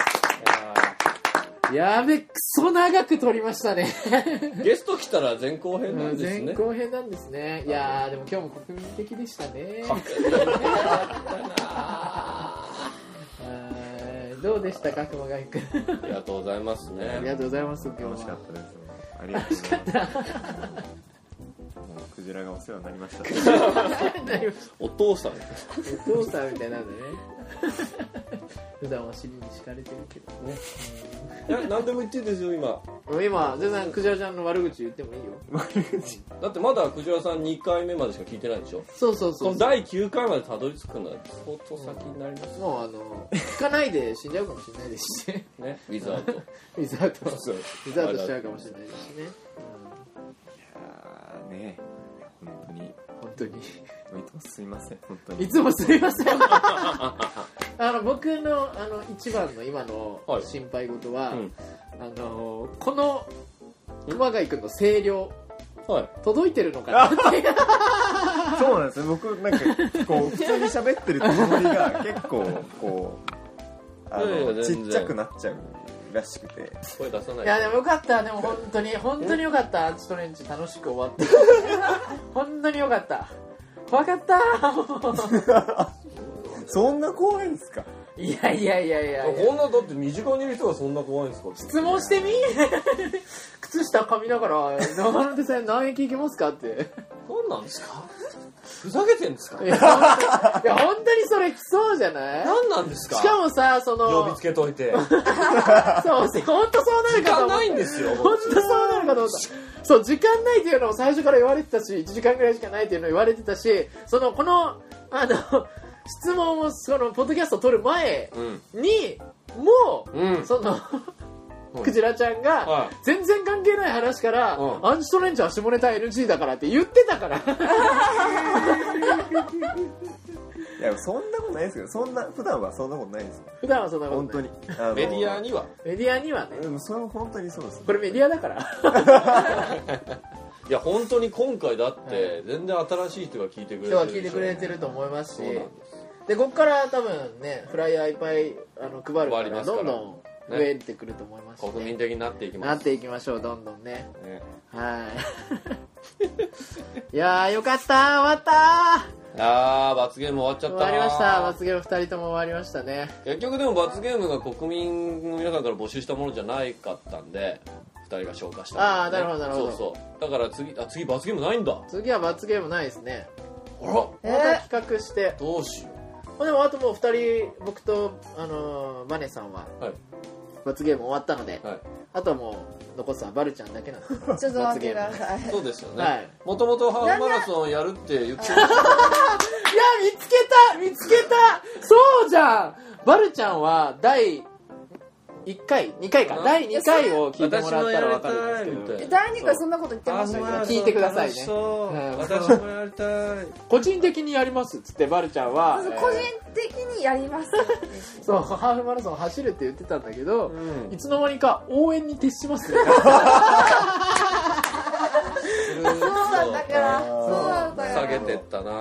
Speaker 1: す。やべ、クソ長く撮りましたね。
Speaker 2: ーゲスト来たら前後編なんで
Speaker 1: 前
Speaker 2: すね
Speaker 1: 後編なんですね。いやー、でも今日も国民的でしたね。 *laughs* はいどうでしたか、熊谷君。
Speaker 2: ありがとうございます
Speaker 1: あり
Speaker 2: ね
Speaker 1: がとうございます、今
Speaker 3: 楽し
Speaker 1: 日
Speaker 3: かっ
Speaker 1: は。
Speaker 3: たですありがとうございますもうクジラがお世話になりました
Speaker 1: なりまし
Speaker 2: お父さ
Speaker 1: *laughs*
Speaker 2: ん
Speaker 1: たお父さんみたいなんだね。普段お尻に敷かれてるけどね、
Speaker 2: いや何でも言っていいですよ今
Speaker 1: うん今全然クジラちゃんの悪口言ってもいいよ
Speaker 2: だってまだクジラさん2回目までしか聞いてないでしょ
Speaker 1: そうそう
Speaker 2: こ
Speaker 1: そう
Speaker 2: の第9回までたどり着くのは相当先になりますよ
Speaker 1: もうあの *laughs* 聞かないで死んじゃうかもしれないですし *laughs* ね
Speaker 2: ねウィザード
Speaker 1: ウィザード
Speaker 2: そう
Speaker 1: ウィザードしちゃうかもしれないですしね、
Speaker 3: やーね本当に
Speaker 1: うん、本当に
Speaker 3: いつもすいません本当
Speaker 1: い
Speaker 3: に
Speaker 1: つもすい
Speaker 2: *laughs*
Speaker 1: ませんあの僕のあの一番の今の
Speaker 2: はい
Speaker 1: 心配事は、
Speaker 2: うん
Speaker 1: あのこの熊谷君の声量
Speaker 2: *laughs* はい
Speaker 1: 届いてるのかなっていう
Speaker 3: そうなんですよ僕なんかこう普通に喋ってるつもりが結構こうあ
Speaker 2: いやいや
Speaker 3: の
Speaker 2: 全然
Speaker 3: ちっちゃくなっちゃうらしくて
Speaker 2: 声出さな
Speaker 1: い
Speaker 2: いで
Speaker 1: やでもよかったでも本当に本当によかったアンチトレンチ楽しく終わ
Speaker 2: *laughs*
Speaker 1: って本当によかった怖かったもう
Speaker 3: そんな怖いんですか
Speaker 1: いやいやいやいやいや
Speaker 2: こんなだって身近にいる人がそんな怖いんですか
Speaker 1: 質問してみ靴下髪だから長野手線何駅行きますかって
Speaker 2: 何なんですかふざけてんですか
Speaker 1: いや本当にいや本当にそれ来そうじゃない
Speaker 2: 何なんですか
Speaker 1: しかもさそ
Speaker 2: 呼び
Speaker 1: の
Speaker 2: つけとい
Speaker 1: *laughs*
Speaker 2: て
Speaker 1: そう本当そうな
Speaker 2: 時
Speaker 1: るかと思
Speaker 2: 間
Speaker 1: っ
Speaker 2: な
Speaker 1: た
Speaker 2: いんですよ
Speaker 1: 本当そうなるかと思ったそう時間ないっていうのを最初から言われてたし1時間ぐらいしかないっていうのを言われてたしそのこのあの質問をそのポッドキャストを撮る前
Speaker 2: うん
Speaker 1: にも
Speaker 2: うん
Speaker 1: うそのクジラちゃんが、
Speaker 2: はい
Speaker 1: 全然関係ない話から、
Speaker 2: うん
Speaker 1: アンチトレンチャー下ネタ NG だからって言ってたから *laughs*
Speaker 3: いやそんなことないですけどそんな普段はそんなことないですよ
Speaker 1: 普段はそんなこと
Speaker 3: 本当
Speaker 1: ない
Speaker 3: にあの
Speaker 2: メディアには
Speaker 1: メディアにはね
Speaker 3: うんそれも本当にそうです
Speaker 1: これメディアだから
Speaker 2: いや本当に今回だって全然新しい人が聞いてくれてるでし
Speaker 1: 人
Speaker 2: ょ
Speaker 1: は聞いてくれてると思いますし
Speaker 2: そうなんです
Speaker 1: でここから多分ねフライヤーいっぱいあの配るか
Speaker 2: 配り
Speaker 1: ら
Speaker 2: ますから
Speaker 1: どんどん増えてくると思いますし、ね
Speaker 2: 国民的になっていき
Speaker 1: な
Speaker 2: ま
Speaker 1: っ
Speaker 2: す
Speaker 1: ていきましょうどんどんね
Speaker 2: ね
Speaker 1: はいい *laughs* やーよかったー終わった
Speaker 2: あー罰ゲーム終わっちゃ
Speaker 1: ー
Speaker 2: っ
Speaker 1: 終
Speaker 2: た
Speaker 1: わりました罰ゲーム2人とも終わりましたね
Speaker 2: 結局でも罰ゲームが国民の皆さんから募集したものじゃないかったんで2人が消化した
Speaker 1: あーなるほどなるほど
Speaker 2: そうそうだから次あ次罰ゲームないんだ
Speaker 1: 次は罰ゲームないですね
Speaker 2: あら
Speaker 1: また企画して、
Speaker 2: どうしよ
Speaker 1: まあでもあともう2人僕と、あのーマネさんは
Speaker 2: うはい
Speaker 1: 罰ゲーム終わったので、
Speaker 2: はい
Speaker 1: あとはもう残すはバルちゃんだけなんでは
Speaker 4: *laughs* ちょっと待ってください。
Speaker 2: そうですよね、
Speaker 1: はい
Speaker 2: もともとハーフマラソンやるって言ってた
Speaker 1: *laughs* いや見つけた見つけたそうじゃんバルちゃんは第1回2回か
Speaker 2: うん
Speaker 1: 第2回を聞いてもらったら分かる
Speaker 2: 私もやりたい
Speaker 1: んです
Speaker 2: みた
Speaker 1: け
Speaker 2: いな
Speaker 1: ど
Speaker 4: え第二回そんなこと言ってましたっけ
Speaker 1: 聞いてくださいね
Speaker 2: 楽しそう
Speaker 1: うん
Speaker 2: 私もやりたい
Speaker 1: 個人的にやりますっつってバルちゃんは、
Speaker 4: そう
Speaker 1: えー
Speaker 4: 個人的にやります。
Speaker 1: そうハーフマラソン走るって言ってたんだけど、
Speaker 2: うん
Speaker 1: いつの間にか応援に徹し
Speaker 2: *laughs*
Speaker 1: ますね
Speaker 2: そう
Speaker 4: そうなんだから。
Speaker 3: あー
Speaker 4: そうなんだか
Speaker 2: 下
Speaker 4: ら。
Speaker 2: げてったな
Speaker 1: だ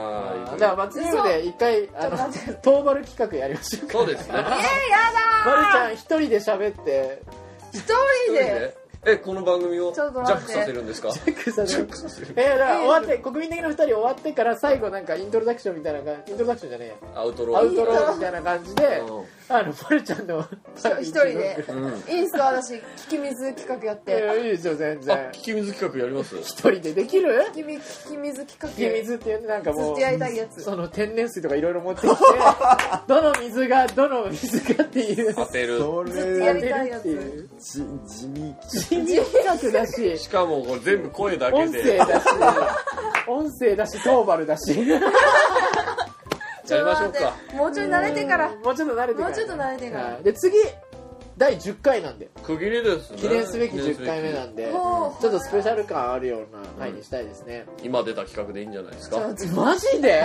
Speaker 2: ぁ
Speaker 1: から罰ゲームで一回あのトーバル企画やりましょうか
Speaker 2: そうですね
Speaker 4: えー、や
Speaker 1: まるち
Speaker 4: だ
Speaker 1: ゃん一人で喋って、
Speaker 4: ー一人で。
Speaker 2: えこの番組をジ
Speaker 4: ちょ
Speaker 2: ャ
Speaker 4: っと
Speaker 2: ッ
Speaker 4: 待って
Speaker 2: クさせるんですか
Speaker 1: ジャックさん
Speaker 2: ジャックさせる
Speaker 1: *laughs* え、だから終わって、国民的な二人終わってから最後なんかイントロダクションみたいな感じ、イントロダクションじゃねえ
Speaker 2: アウト
Speaker 1: や
Speaker 2: ロ
Speaker 1: ア
Speaker 2: ー
Speaker 1: ウトローみたいな感じで、あの、まるちゃんの
Speaker 4: 一人で。
Speaker 2: うん
Speaker 4: いいっすか私、聞き水企画やっ
Speaker 1: *laughs* いや
Speaker 4: て。
Speaker 1: いいですよ、全
Speaker 2: あ
Speaker 1: 然。
Speaker 2: 聞き水企画やります
Speaker 1: 一人でできる
Speaker 4: 聞きみ聞き水企
Speaker 1: 雪
Speaker 4: 画。
Speaker 1: 水っていうねなんか
Speaker 4: ず
Speaker 1: も
Speaker 4: っ
Speaker 1: う
Speaker 4: とやりたいやつ。
Speaker 1: その天然水とかいろいろ持っ
Speaker 4: *laughs*
Speaker 1: てきてどの水がどの水かっていう
Speaker 2: 当てる
Speaker 3: そ
Speaker 4: ずっとやり
Speaker 3: れ
Speaker 4: たいやつ
Speaker 1: 当てるっていう
Speaker 3: じ地味
Speaker 1: 人事企画だし
Speaker 2: しかもこれ全部声だけ
Speaker 1: 音声
Speaker 2: で
Speaker 4: *laughs*
Speaker 1: だし音声だしトーバルだし
Speaker 4: ち
Speaker 2: やり
Speaker 4: ょっと
Speaker 2: ましょ
Speaker 4: 待
Speaker 2: う
Speaker 4: って
Speaker 2: か。
Speaker 4: もうちょい慣れてから。
Speaker 1: もうちょっと慣れてから
Speaker 4: もうちょっと慣れてから
Speaker 1: はいで次第10回なんで
Speaker 2: 区切りですね
Speaker 1: 記念すべき10回目な
Speaker 2: だ
Speaker 1: んで
Speaker 4: ほう
Speaker 1: ちょっとスペシャル感あるような回にしたいですね、
Speaker 2: 今出た企画でいいんじゃないです
Speaker 4: ちょ
Speaker 2: か
Speaker 4: っと
Speaker 1: マジで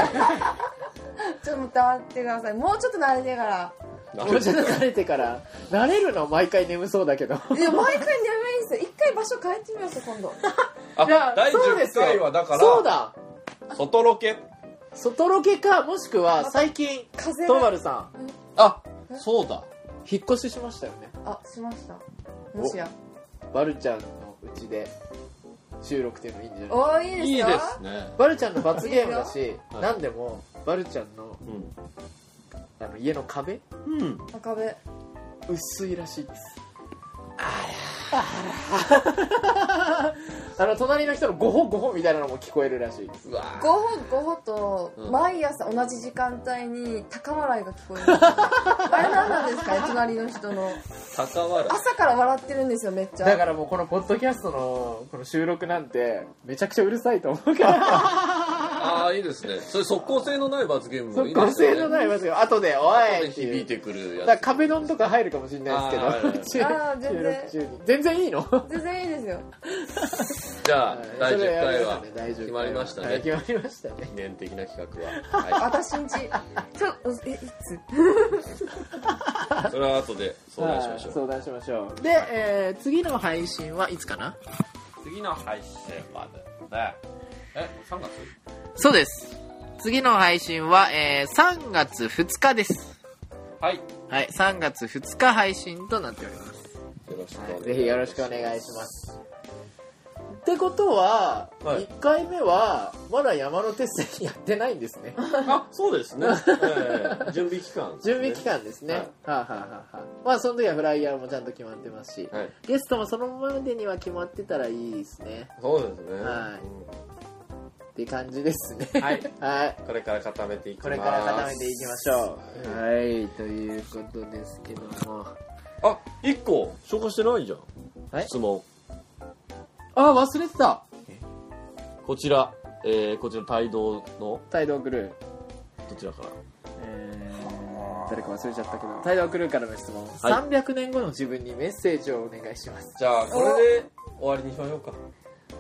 Speaker 4: ちょっと待ってください。もうちょっと慣れてから。
Speaker 1: *laughs* もうちょっと慣れてから慣れるの毎回眠そうだけど
Speaker 4: いや、毎回眠いんですよ。一回場所変えてみますよ、今度。
Speaker 2: あ
Speaker 1: *laughs* いや
Speaker 2: 第
Speaker 1: そうで
Speaker 2: 10
Speaker 1: すよ
Speaker 2: 回はだか
Speaker 1: そうだ
Speaker 2: ら外ロケ
Speaker 1: 外ロケかもしくは最近
Speaker 4: 風
Speaker 1: トー
Speaker 4: が
Speaker 1: バ。ルさん
Speaker 2: あそうだ
Speaker 1: 引っ越ししましたよね
Speaker 4: あ、しました。もしや。
Speaker 1: バルちゃんのうちで収録っていうのいいんじゃない
Speaker 4: おー、いいです
Speaker 2: いい
Speaker 4: よ。
Speaker 2: ですね
Speaker 1: バルちゃんの罰ゲームだし
Speaker 2: はい
Speaker 1: 何でもバルちゃんの
Speaker 2: うん
Speaker 1: あの家の壁
Speaker 2: うん
Speaker 4: 赤部。
Speaker 1: 薄いらしいですあの隣の人のゴホゴホみたいなのも聞こえるらしいです
Speaker 2: うわ
Speaker 4: ごほごほと、
Speaker 2: うん
Speaker 4: 毎朝同じ時間帯に高笑いが聞こえるんです *laughs* よあれ何なんですかね隣の人の
Speaker 2: 高笑い
Speaker 4: 朝から笑ってるんですよめっちゃ
Speaker 1: だからもうこのポッドキャストのこの収録なんてめちゃくちゃうるさいと思うから
Speaker 2: *laughs* ああいいですねそれ即効性のない罰ゲームもいいで
Speaker 1: 個
Speaker 2: す
Speaker 1: 性の
Speaker 2: よね
Speaker 1: ない場所が後で「お
Speaker 2: 後
Speaker 1: い!」
Speaker 2: で
Speaker 1: っていう
Speaker 2: 響いてく
Speaker 1: だ
Speaker 2: るや
Speaker 1: から
Speaker 2: つ
Speaker 1: 壁ドンとか入るかもしれない
Speaker 2: あーはいはい
Speaker 1: ですけど
Speaker 4: あー全
Speaker 1: 収
Speaker 4: 然
Speaker 1: 録中に全然いいの
Speaker 4: 全然いいですよ
Speaker 2: じゃあ
Speaker 1: はい
Speaker 2: 第
Speaker 1: それ
Speaker 2: 10
Speaker 1: や
Speaker 2: 回
Speaker 1: りま
Speaker 2: は
Speaker 1: したね第10回は
Speaker 2: 決ま
Speaker 1: はい決ま
Speaker 2: りましたね
Speaker 1: りましたね
Speaker 2: 記念的な企画は、
Speaker 4: 私んちちょえいつ
Speaker 2: はい、それは後で相談しましょう
Speaker 1: 相談しましょうで、えー次の配信はいつかな
Speaker 2: 次の配信までねえ3月
Speaker 1: そうです次の配信は、えー3月2日です
Speaker 2: はいよ
Speaker 1: はい3月2日配信となっております
Speaker 2: ろしくお願いします、
Speaker 1: ぜひよろしくお願いしますってことは、
Speaker 2: はい
Speaker 1: 1回目はまだ山手線やってないんです *laughs* ね
Speaker 2: あそうです *laughs* ね、ええ準備期間ですね、
Speaker 1: 準備期間ですね、
Speaker 2: はい
Speaker 1: はあ、はあはあはあ、まあその時はフライヤーもちゃんと決まってますし、
Speaker 2: はい
Speaker 1: ゲストもそのままでには決まってたらいいですね
Speaker 2: そうですね、
Speaker 1: は
Speaker 2: う
Speaker 1: って感じです *laughs* ね
Speaker 2: んはい、
Speaker 1: はい
Speaker 2: これから固めていきます
Speaker 1: これから固めていきましょうはいということですけども
Speaker 2: あ一1個紹介してないじゃん、
Speaker 1: はい
Speaker 2: 質問
Speaker 1: あ忘れてた
Speaker 2: こちら、えー、こちら帯同の
Speaker 1: 帯同クルー、
Speaker 2: どちらから
Speaker 1: えー、誰か忘れちゃったけど帯同クルーからの質問、300年後の自分にメッセージをお願いします
Speaker 2: じゃあこれで終わりにしましょうか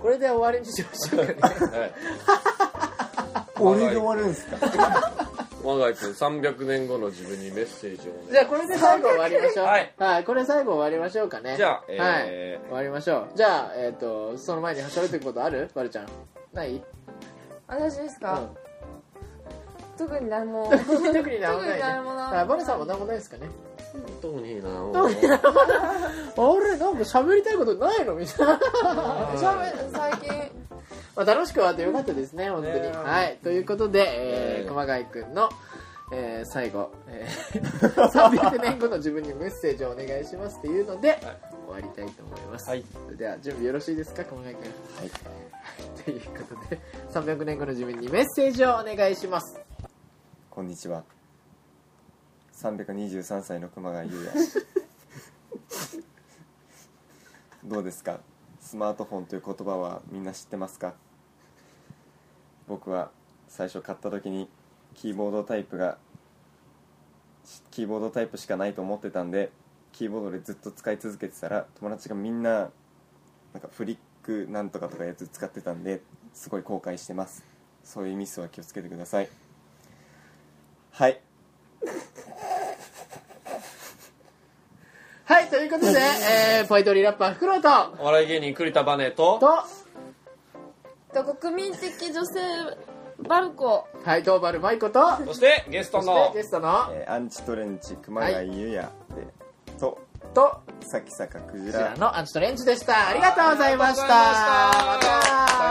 Speaker 1: これで終わりにしましょうか
Speaker 2: *laughs*
Speaker 1: ね
Speaker 2: はい
Speaker 3: 鬼で終わるんですか
Speaker 2: 我が家君300年後の自分にメッセージをお願い
Speaker 1: じゃあこれで最後終わりましょう
Speaker 2: はい、
Speaker 1: これ最後終わりましょうかね
Speaker 2: じゃあ
Speaker 1: はい
Speaker 2: えー
Speaker 1: 終わりましょうじゃあえっ、とその前に喋ってることあるバルちゃんない
Speaker 4: 私ですか、特に
Speaker 2: *laughs*
Speaker 4: 何も
Speaker 1: 特に何もないね
Speaker 4: *laughs* 特に何もない
Speaker 1: あバルさんも何もないですかね
Speaker 2: 特にいいな
Speaker 1: あれなんか喋りたいことないのみたいな
Speaker 4: しゃべ最近
Speaker 1: まあ楽しく終わってよかったですね本当に、
Speaker 2: ねえ
Speaker 1: はいということで、えー
Speaker 2: ねえ
Speaker 1: 熊谷くんの、えー最後、えー
Speaker 2: *laughs*
Speaker 1: 300年後の自分にメッセージをお願いしますっていうので、終わりたいと思います、
Speaker 2: はい
Speaker 1: それでは準備よろしいですか熊谷くんはいということで300年後の自分にメッセージをお願いします
Speaker 3: こんにちは323歳の熊谷優也どうですかスマートフォンという言葉はみんな知ってますか僕は最初買った時にキーボードタイプがキーボードタイプしかないと思ってたんでキーボードでずっと使い続けてたら友達がみんななんかフリックなんとかとかやつ使ってたんですごい後悔してますそういうミスは気をつけてくださいはい
Speaker 1: はいということで、えー、ポイトリーラッパーフクロウと
Speaker 2: お笑い芸人栗田バネと
Speaker 1: と
Speaker 4: と国民的女性バルコ
Speaker 1: はいドーバルマイコと
Speaker 2: そしてゲスト
Speaker 1: そ
Speaker 2: の
Speaker 1: してゲストの
Speaker 3: えーアンチトレンチ熊谷優也で、と
Speaker 1: と
Speaker 3: さきさかクジ
Speaker 1: こちら
Speaker 3: ラ
Speaker 1: のアンチトレンジでした。ありがとうございました。
Speaker 2: ありがとうございました
Speaker 1: また